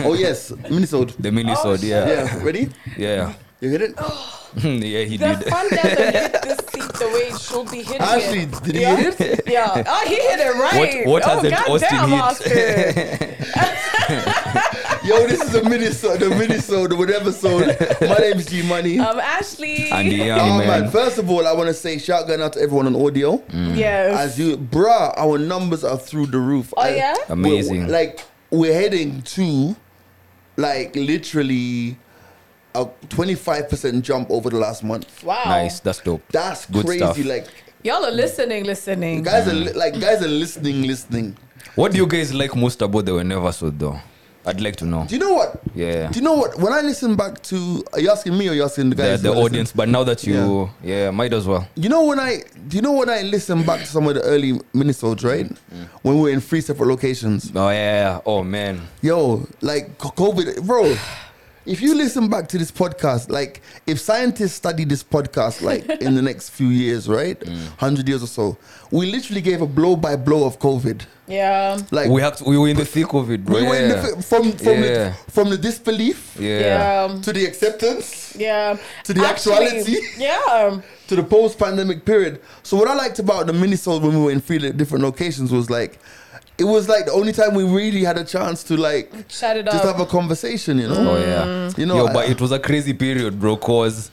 oh yes, Minnesota. The minisode, yeah. yeah. Yeah, ready? Yeah. You hit it? Oh, yeah, he The did. fun doesn't hit this seat the way it should be hitting Ashley, it. did he yeah? hit it? Yeah. Oh, he hit it right. what oh, hasn't Austin goddamn, hit? Oscar. Yo, this is a Minnesota, Minnesota, whatever. So, my name is G Money. um, Ashley. Andy Young, Oh man! man. First of all, I want to say shout out to everyone on audio. Mm. Yes. As you, bruh, our numbers are through the roof. Oh, I- yeah? we're- Amazing. like we're heading to, like literally, a twenty-five percent jump over the last month. wow. Nice. That's dope. That's Good crazy. stuff. Like Y'all are listening, listening. guys are li- like guys are listening, listening. What do you guys like most about the Whenever Sold, though? I'd like to know. Do you know what? Yeah. Do you know what? When I listen back to, are you asking me or you asking the The, guys? the who listen? audience, but now that you, yeah, might as well. You know when I do you know when I listen back to some of the early minisodes, right? Mm. When we were in three separate locations. Oh, yeah. Oh, man. Yo, like co- COVID bro. If you listen back to this podcast, like if scientists study this podcast like in the next few years, right? Mm. Hundred years or so, we literally gave a blow by blow of COVID. Yeah. Like we, have to, we were in the thick of it, bro. we were in the, Yeah. f- from from Yeah. the, from the disbelief yeah. Yeah. to the acceptance Yeah. To the Actually, actuality. Yeah. to the post pandemic period. So what I liked about the minisode when we were in three li- different locations was like it was like the only time we really had a chance to like Shut it just up. have a conversation, you know? Oh yeah. Mm. You know, yo, I- but it was a crazy period, bro. Cause,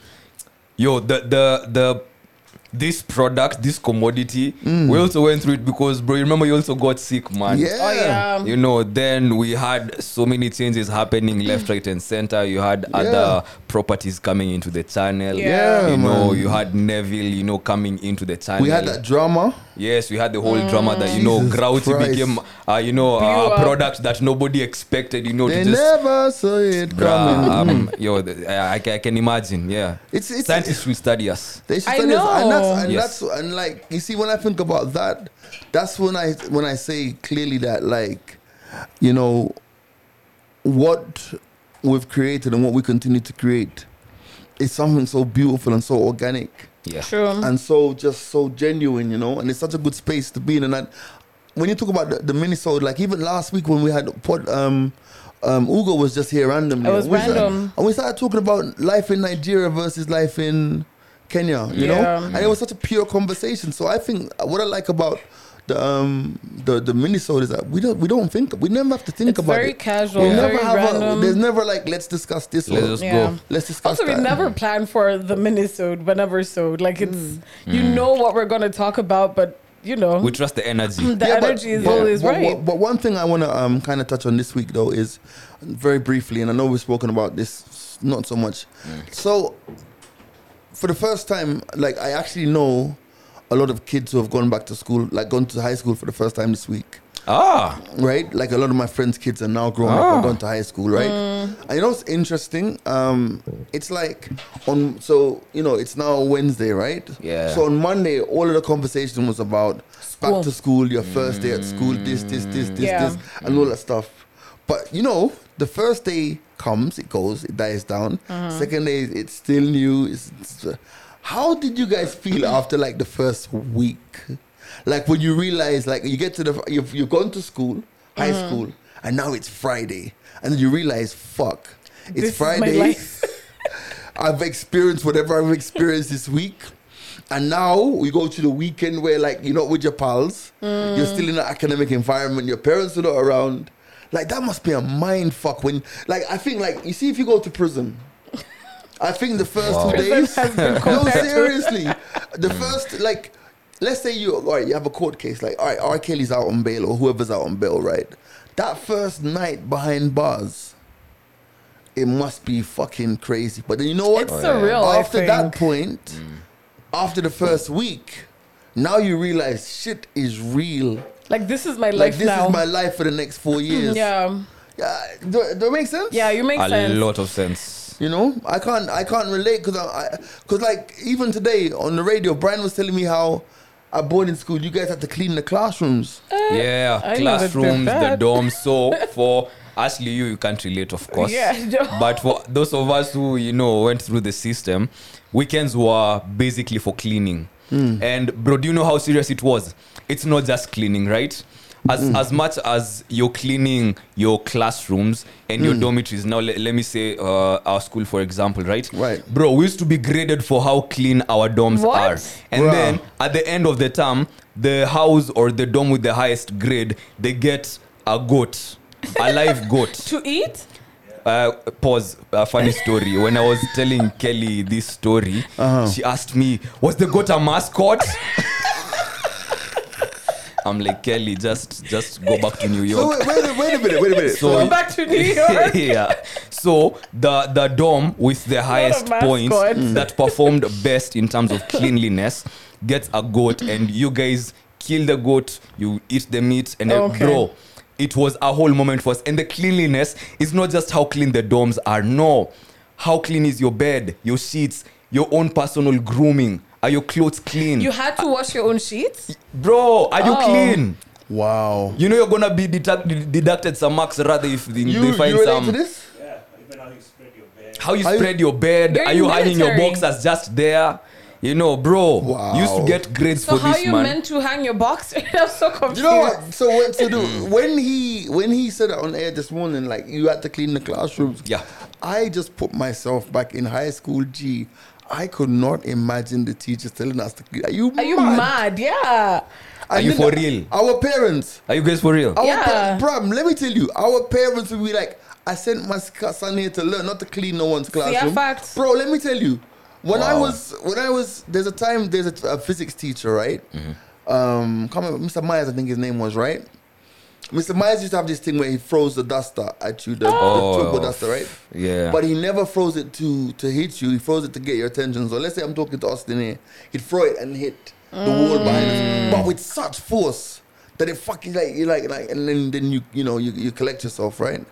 yo, the the the this product, this commodity, we also went through it because, bro, you remember you also got sick, man. Mm. Yeah. oh yeah. You know, then we had so many changes happening Mm. left, right, and center. You had other properties coming into the channel. Yeah. Yeah, You know, man. you had Neville, you know, coming into the channel. We had that drama. Yes, we had the whole drama that you know, Jesus Grouty Christ. became, uh, you know, Blew a up. product that nobody expected. You know, They to just never saw it coming. Bruh, um, yo, th- I, I ca- I can imagine. Yeah, It's- it's- scientists will study us. They should I study us. And that's know. and Yes. that's and like you see when I think about that, that's when I when I say clearly that like, you know, what we've created and what we continue to create is something so beautiful and so organic. Yeah, True. and so just so genuine, you know. And it's such a good space to be in. And I, when you talk about the, the minisode, like even last week when we had pod, um, um, Ugo was just here randomly. It was And we started- random. and we started talking about life in Nigeria versus life in Kenya, you know. Yeah. And it was such a pure conversation. So I think what I like about the um the the minisode is that we don't we don't think we never have to think It's about very it. casual. We Very never have a, random. there's never like let's discuss this let's or just Yeah. go. let's discuss also, we that. never plan for the minisode, whenever so. Like it's Mm. you Mm. know what we're gonna talk about, but you know We trust the energy. the energy is always but, right. But, but one thing I want to um, kind of touch on this week, though, is very briefly, and I know we've spoken about this not so much. So, for the first time, like I actually know a lot of kids who have gone back to school, like gone to high school for the first time this week. Ah, Right, like a lot of my friends' kids are now grown up Ah. and gone to high school. Right, and you know what's interesting? Um, it's like on so you know it's now Wednesday, right? Yeah. So on Monday, all of the conversation was about back School. to school, your first day at school, this, this, this, this, Yeah. this, and all that stuff. But you know, the first day comes, it goes, it dies down. Second day, it's still new. It's, it's, uh, how did you guys feel after like the first week? Like when you realize, like you get to the you've you've gone to school, high school, and now it's Friday, and then you realize, fuck, it's This is my Friday. life. I've experienced whatever I've experienced this week. And now we go to the weekend where, like, you're not with your pals. Hmm. You're still in an academic environment. Your parents are not around. Like, that must be a mind fuck when, like, I think, like, you see, if you go to prison, I think the first Wow. two Prison days. has been no, compared to- seriously. The first, like, let's say you, all right, you have a court case. Like, all right, R. Kelly's out on bail or whoever's out on bail, right? That first night behind bars, it must be fucking crazy. But then you know what? It's surreal, I After that think. point, after the first week, now you realize shit is real. like this is my Like life this now. is my life for the next four years. yeah, yeah. Do, do it make sense? yeah, you make a sense. lot of sense. You know, I can't, I can't relate because I, because like even today on the radio, Brian was telling me how at boarding school you guys had to clean the classrooms. yeah, Uh, I know that they're classrooms, the bad. dorms. So for Ashley, you you can't relate, of course. Yeah. but for those of us who you know went through the system, weekends were basically for cleaning. And bro, do you know how serious it was? It's not just cleaning, right? as as much as you're cleaning your classrooms and your dormitories. Now let, let me say uh, our school, for example, right? Right. Bro, we used to be graded for how clean our dorms What? are, and Bruh. then at the end of the term, the house or the dorm with the highest grade, they get a goat, a live goat. to eat. Uh, pause. A funny story. When I was telling Kelly this story, she asked me, "Was the goat a mascot?" I'm like, Kelly, just just go back to New So wait, York. wait, a- wait a minute, wait a minute. So- Go back to New York. yeah. So the the dorm with the highest points mascot. Mm. that performed best in terms of cleanliness gets a goat, and you guys kill the goat. You eat the meat, and then, Okay. bro, it was a whole moment for us. And the cleanliness is not just how clean the dorms are. No, how clean is your bed, your sheets, your own personal grooming? Are your clothes clean, You had to wash your own sheets. bro? Are you Oh. clean? wow. You know you're gonna be deduct- deducted some marks rather if they, You, they you find relate some. to this? Yeah, even how you spread your bed. how you Are you- spread your bed You're are in you hanging your military. boxers just there you know bro Wow. you used to get grades So for how this you man meant to hang your box? I'm so confused. You know what? So what? So Mm. do, when he when he said it on air this morning, like you had to clean the classrooms. Yeah. I just put myself back in high school. G. I could not imagine the teachers telling us to. clean. Are you Are you mad? mad? Yeah. I Are you mean, for real? Our parents. are you guys for real Our Yeah. yeah. let me tell you, our parents will be like, I sent my sc- son here to learn, not to clean no one's classroom. facts. Bro, let me tell you, when I Wow. was, when I was, there's a time, there's a, a physics teacher, right? Mm-hmm. Um, come on, Mr. Myers, I think his name was, right? Mr. Myers used to have this thing where he froze the duster at you, the, the Oh. turbo duster, right? yeah But he never froze it to to hit you. He froze it to get your attention. So let's say I'm talking to Austin here. He'd throw it and hit the wall behind us, but with such force that it fucking like you like like, and then then you you know you, you collect yourself, right?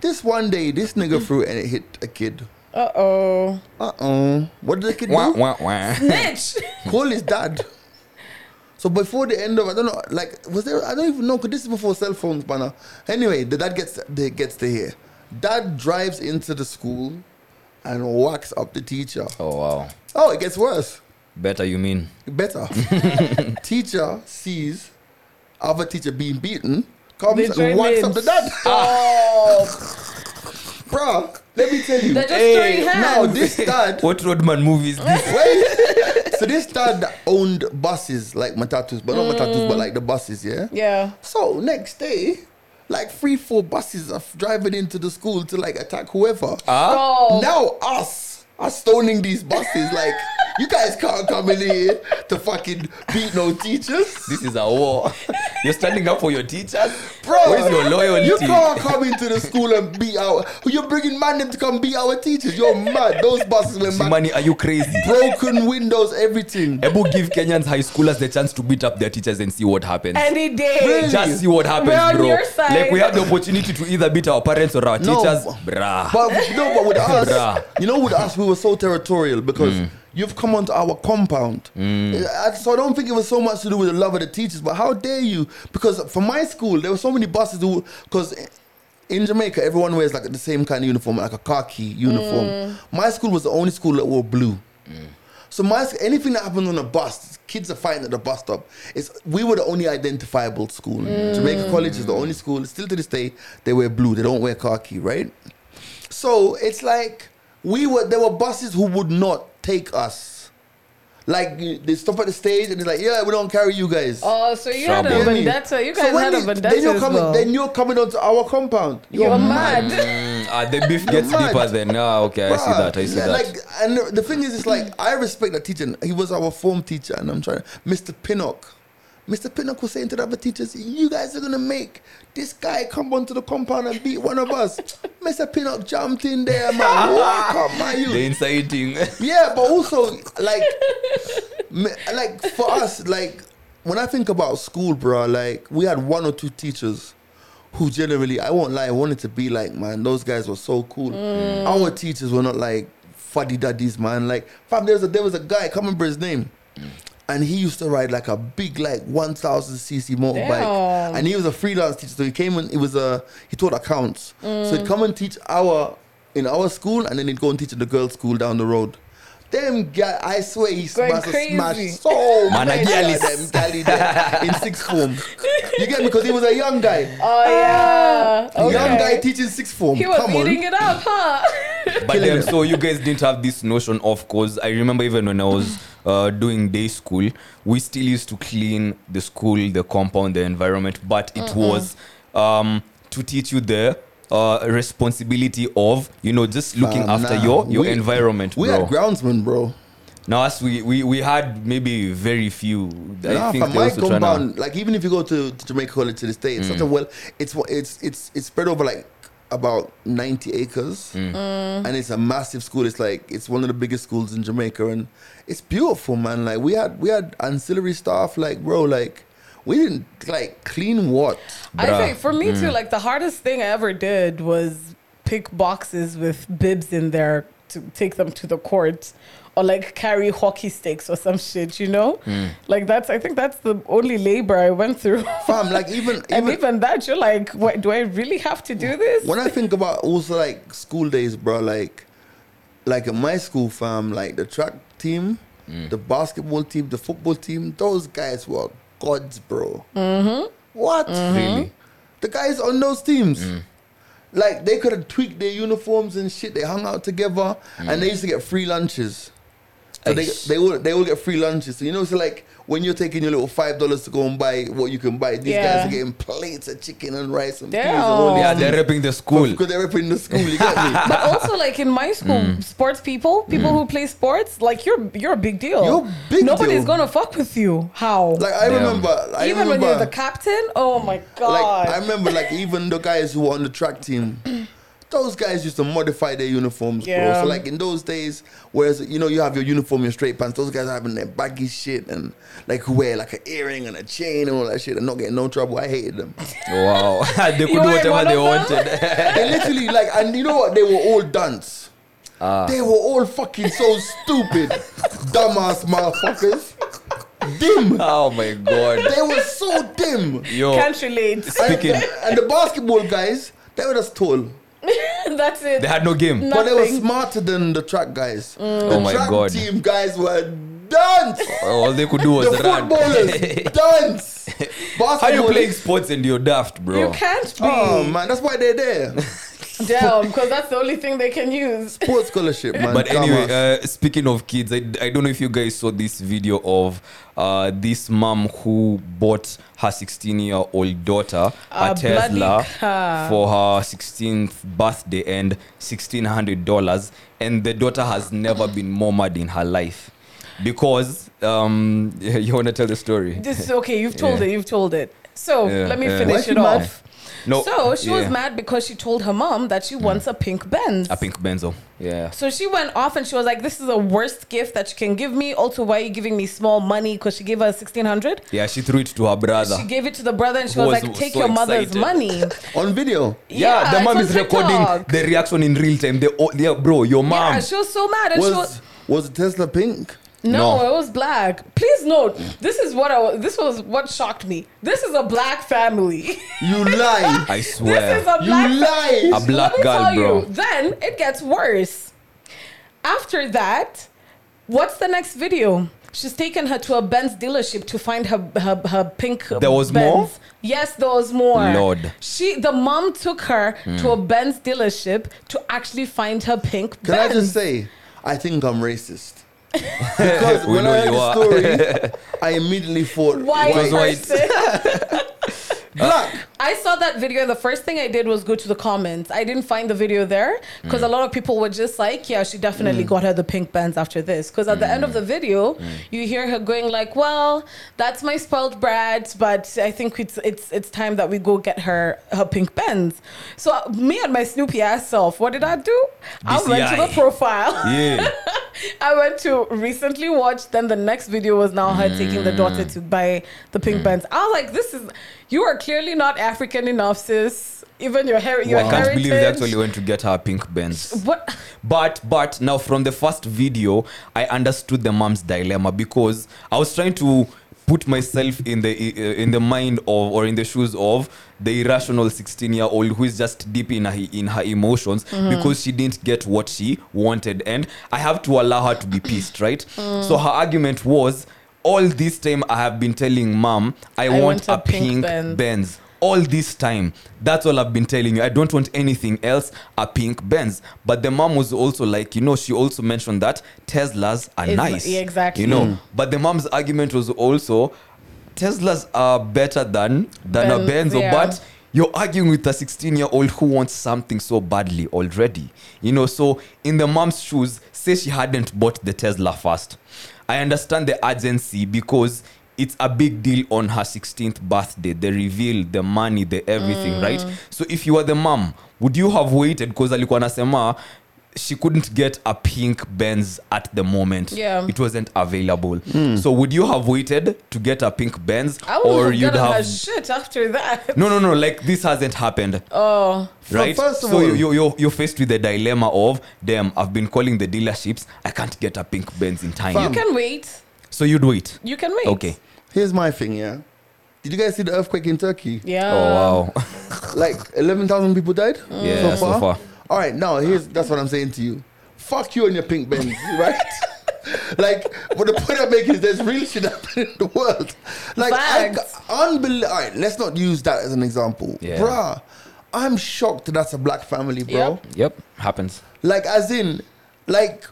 This one day, this nigga threw it and it hit a kid. Uh oh. Uh oh, what did the kid wah, do? wah, wah. Mitch. Call his dad. So before the end of I don't know, like was there? I don't even know. Cause this is before cell phones, by now. Anyway, the dad gets the gets to here. Dad drives into the school and walks up the teacher. oh wow Oh, it gets worse. better you mean Better. teacher sees other teacher being beaten, comes They join and walks up names. the dad. Oh. Bruh, let me tell you. They're just Hey, throwing Now hands. this dad what roadman movie is this Wait. so this dad owned buses like Matatus, but not Matatus, Mm. but like the buses, yeah? yeah. So next day, like three, four buses are driving into the school to like attack whoever. ah Oh. Now us are stoning these buses. like, you guys can't come in here to fucking beat no teachers. this is a war you're standing up for your teachers Bro, Where's your loyalty? You can't come into the school and beat our. You're bringing man them to come beat our teachers. You're mad. Those buses were mad. Simani, are you crazy Broken windows, everything. Ebu give Kenyans high schoolers the chance to beat up their teachers and see what happens. Any day. Really? Just see what happens, We're on bro. your side. Like we have the opportunity to either beat our parents or our No, teachers, but- brah. But no, but with Bruh. us, you know, with us, we were so territorial because you've come onto our compound. Uh, So I don't think it was so much to do with the love of the teachers, but how dare you? Because for my school, there were so many buses who, because in Jamaica, everyone wears like the same kind of uniform, like a khaki uniform. My school was the only school that wore blue. So my sc- anything that happens on a bus, kids are fighting at the bus stop. It's we were the only identifiable school. Jamaica College is the only school. Still to this day, they wear blue. They don't wear khaki, right? So it's like we were. There were buses who would not take us. Like you- they stop at the stage and they're like, "Yeah, we don't carry you guys." Oh, so you had a Trouble. You hear me? vendetta. You guys when had a you- vendetta. Then you're as coming. well. Then you're coming onto our compound. You're, mad. Mm, ah, the beef gets Mad. deeper then. Ah, okay, I see Bruh, that. I see yeah, that. Like, and the thing is, it's like I respect that teacher. He was our form teacher, and I'm trying. Mr. Pinnock, Mr. Pinnock was saying to the other teachers, "You guys are gonna make this guy come onto the compound and beat one of us." Mr. Pinnock jumped in there, man. Walk up, man, you. the inciting. Yeah, but also like, me- like for us, like when I think about school, bro, like we had one or two teachers who generally, I won't lie, wanted to be like, man, those guys were so cool. Our teachers were not like fuddy duddies, man. Like, fam, there was a there was a guy, I can't remember his name. And he used to ride like a big, like 1,000 cc motorbike, Damn. and he was a freelance teacher. So he came and it was a he taught accounts. So he'd come and teach our in our school, and then he'd go and teach at the girls' school down the road. Them gal, I swear he Going must have crazy. smashed so Man, I many jealous. of them galley there in sixth form. You get me? Because he was a young guy. Oh yeah. A Young guy Okay. teaching sixth form. He was Come on. eating it up, huh? But Killing then, it. so you guys didn't have this notion of cause. I remember even when I was uh, doing day school, we still used to clean the school, the compound, the environment, but it was um, to teach you the uh, responsibility of you know just looking Fam, after nah. your your We- environment, We bro. had groundsmen, bro. now us we, we we had maybe very few. I Nah, think from they my also Mm. trying to. compound, like even if you go to, to Jamaica College to this day, it's such a well. It's wa- it's it's it's spread over like about ninety acres, Mm. Mm. and it's a massive school. It's like it's one of the biggest schools in Jamaica, and it's beautiful, man. Like we had we had ancillary staff, like bro, like we didn't like clean what. I Bruh. think for me too, Mm. like the hardest thing I ever did was pick boxes with bibs in there to take them to the court or like carry hockey sticks or some shit, you know? Mm. Like that's, I think that's the only labor I went through. Fam, like even and even even that, you're like, what, do I really have to do this? when I think about also like school days, bro, like like in my school fam, like the track team, Mm. the basketball team, the football team, those guys were gods, bro. Mm-hmm. What? Mm-hmm. Really? Mm. The guys on those teams. Like they could have tweaked their uniforms and shit. They hung out together Mm. and they used to get free lunches. So they, Aish. they all they all get free lunches. So you know, so like when you're taking your little five dollars to go and buy what you can buy, these Yeah. guys are getting plates of chicken and rice and peas and all Damn. these Yeah, Um, they're repping the school. because they're repping the school. You get me? but also like in my school, Mm. sports people, people who play sports, like you're you're a big deal. You're big Nobody's deal. gonna fuck with you. How? Like I Damn. remember, I even when remember, you're the captain? Oh my god. like I remember, like even the guys who were on the track team, those guys used to modify their uniforms, bro. Yeah. So like in those days, whereas you know you have your uniform, your straight pants, those guys are having their baggy shit and like who wear like an earring and a chain and all that shit and not getting no trouble. I hated them. Wow, they could do You ain't whatever one they of them? wanted. they literally like, and you know what? They were all dunce. They were all fucking so stupid, dumbass motherfuckers. Dim. oh my god, They were so dim. yo. Can't relate. And, Speaking- and the basketball guys, they were just tall. That's it. They had no game. But they were Nothing. smarter than the track guys. The Oh my track God. team guys were dance. All they could do was the run. footballers dance. Basketball. How you playing sports and you're daft, bro? you can't be Oh man, that's why they're there. down because that's the only thing they can use. Sports scholarship, man. But Come anyway, on. uh, speaking of kids, I, I don't know if you guys saw this video of uh, this mom who bought her 16 year old daughter a, A bloody Tesla car. for her 16th birthday and $1,600. And the daughter has never been more mad in her life because um, you want to tell the story? This is okay. You've told Yeah. it. You've told it. So Yeah, let me Why yeah. finish she it mad? off. so she was yeah. Mm. mad because she told her mom that she wants a pink Benz. A pink benzo. Yeah. So she went off and she was like, "This is the worst gift that you can give me. Also, why are you giving me small money? Because she gave her sixteen hundred. Yeah, she threw it to her brother. She gave it to the brother and she Who was, was like, "Take so your mother's excited. money." on video. Yeah, the it's mom on is recording TikTok. the reaction in real time. The oh, yeah, bro, your mom. Yeah, she was so mad and she was Was was the Tesla pink? No, No. it was black. Please note, this is what I was, this was what shocked me. This is a black family. You lie. I this is swear. a You black lie. A black Let me girl, tell bro. you, then it gets worse. After that, what's the next video? She's taken her to a Benz dealership to find her her, her pink. There was Benz. more? Yes, there was more. Lord. Hmm. She the mom took her to a Benz dealership to actually find her pink Can Benz. I just say, I think I'm racist. Because We when know I heard you the are. uh, story, I immediately thought White It was white. person. black. I saw that video, and the first thing I did was go to the comments. I didn't find the video there because a lot of people were just like, "Yeah, she definitely got her the pink bands after this." Because at the end of the video, you hear her going like, "Well, that's my spoiled brat, but I think it's it's it's time that we go get her her pink bands." So uh, me and my Snoopy ass self, what did I do? I went to DCI. the profile. Yeah. I went to recently watch, then the next video was now her taking the daughter Mm. to buy the pink bands. I was like, this is, you are clearly not African enough, sis. Even your, heri- your I can't heritage. believe they actually went to get her a pink Benz. What? But but now from the first video, I understood the mom's dilemma because I was trying to put myself in the uh, in the mind of or in the shoes of the irrational 16 year old who is just deep in her, in her emotions because she didn't get what she wanted and i have to allow her to be pissed right so her argument was all this time i have been telling mom i, I want, want a a pink pink, Benz." Benz all this time. That's all I've been telling you. I don't want anything else. A pink Benz. But the mom was also like, you know, she also mentioned that Teslas are It's- nice. yeah, exactly. You know, but the mom's argument was also Teslas are better than than a Benz, Benz. or yeah. But you're arguing with a 16 year old who wants something so badly already. You know, so in the mom's shoes, say she hadn't bought the Tesla first. I understand the urgency because it's a big deal on her 16th birthday. The reveal, the money, the everything, Mm. right? So if you were the mom, would you have waited? Because alikuwa anasema she couldn't get a pink Benz at the moment. Yeah. It wasn't available. So would you have waited to get a pink Benz? I would have gotten her shit after that. No, no, no. Like this hasn't happened, Oh, right? first of so all- you, you, you're, you're faced with the dilemma of, damn, I've been calling the dealerships. I can't get a pink Benz in time. Fam. you can wait. So you'd wait. You can wait. Okay. Here's my thing, yeah. Did you guys see the earthquake in Turkey? Yeah. oh wow. Like eleven thousand people died. Yeah, so far. All right, now here's that's what I'm saying to you. Fuck you and your pink Benz, right? like, but the point I'm making is there's real shit happening in the world. Like, I, Facts. unbelievable. All right, let's not use that as an example, Yeah. bruh. I'm shocked that that's a black family, bro. Yep. Yep. Happens. Like, as in, like,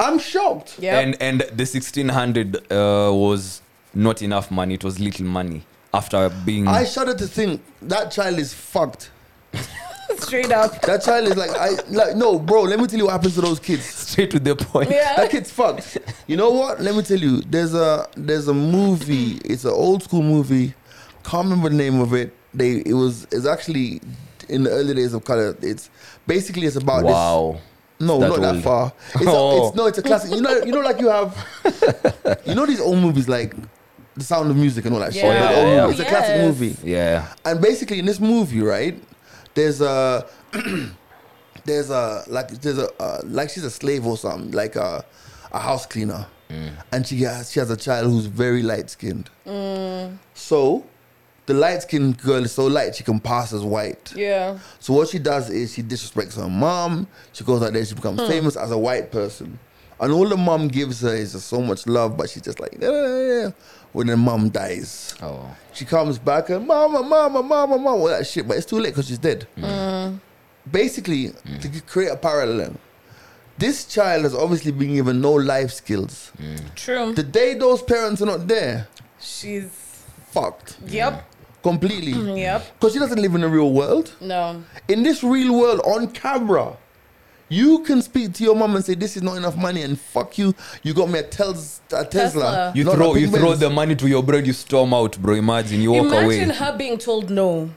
I'm shocked. Yep. And and the sixteen hundred uh, was not enough money. It was little money after being. I shudder to think that child is fucked. Straight up. That child is like, I like, no, bro. Let me tell you what happens to those kids. straight to the point. that Yeah. kid's fucked. You know what? Let me tell you. There's a there's a movie. It's an old school movie. Can't remember the name of it. They it was it's actually in the early days of color. It's basically it's about wow. this. No, That not that old. far. It's, a, Oh. it's no, it's a classic. You know, you know, like you have, you know, these old movies like The Sound of Music and all that shit. Yeah. Like, Oh, yeah. It's a classic Yes. movie Yeah. and basically in this movie, right? There's a there's a like there's a uh, like she's a slave or something, like a a house cleaner, and she has she has a child who's very light skinned. So the light skinned girl is so light she can pass as white. Yeah. So what she does is she disrespects her mom. She goes out there, she becomes famous as a white person. And all the mom gives her is just so much love, but she's just like, "Yeah, yeah, yeah." when the mom dies. Oh. She comes back and mama, mama, mama, mama, all that shit. But it's too late because she's dead. Mm. Basically, to create a parallel, this child has obviously been given no life skills. Mm. True. The day those parents are not there, She's. fucked Yep. Mm. completely. Yep. Because she doesn't live in the real world. No. In this real world, on camera, you can speak to your mom and say, "This is not enough money," and fuck you. You got me a, tes- a Tesla. Tesla. You not a throw you Pink throw Benz. the money to your bread, you storm out, bro. Imagine you walk imagine away. her being told no.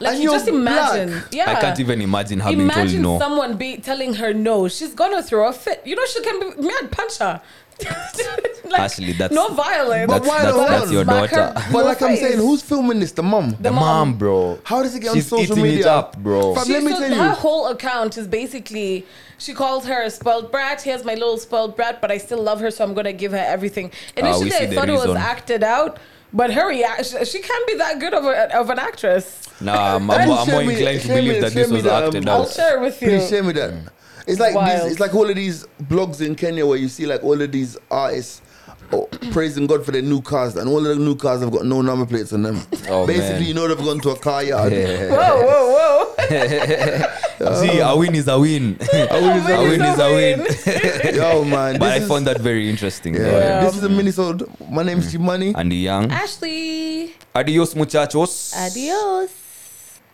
Like And you you're just imagine. black. Yeah. I can't even imagine her being told imagine no. someone be telling her no. She's gonna throw a fit. You know she can be mad punch her. like, Actually, that's- no violence. But That's, why that's, the that's one? your Smack her. daughter. But No like I'm face. saying, who's filming this? The mom. The mom, bro. How does it get She's on social eating media? it up, bro. Fam, She- let me so tell her you. whole account is basically she calls her a spoiled brat. Here's my little spoiled brat, but I still love her, so I'm gonna give her everything. Initially, Ah, see I the thought it was reason. acted out, but her reaction, she can't be that good of, a, of an actress. Nah, I'm, And I'm, I'm share more me- inclined to share me- believe that share this me was the, um, acted I'll No. out. share with you. Please share me that. It's like Wild. these, it's like all of these blogs in Kenya where you see like all of these artists oh, praising God for their new cars, and all of the new cars have got no number plates on them. Oh, Basically, man. you know they've gone to a car yard. Yeah. Whoa, whoa, whoa! See, a win is a win. a win is a win is a win. Yo, man, But I this is, found that very interesting. yeah, though. Yeah. this is a minisode. My name's G Money. And the young. Ashley, Adios, muchachos. adios.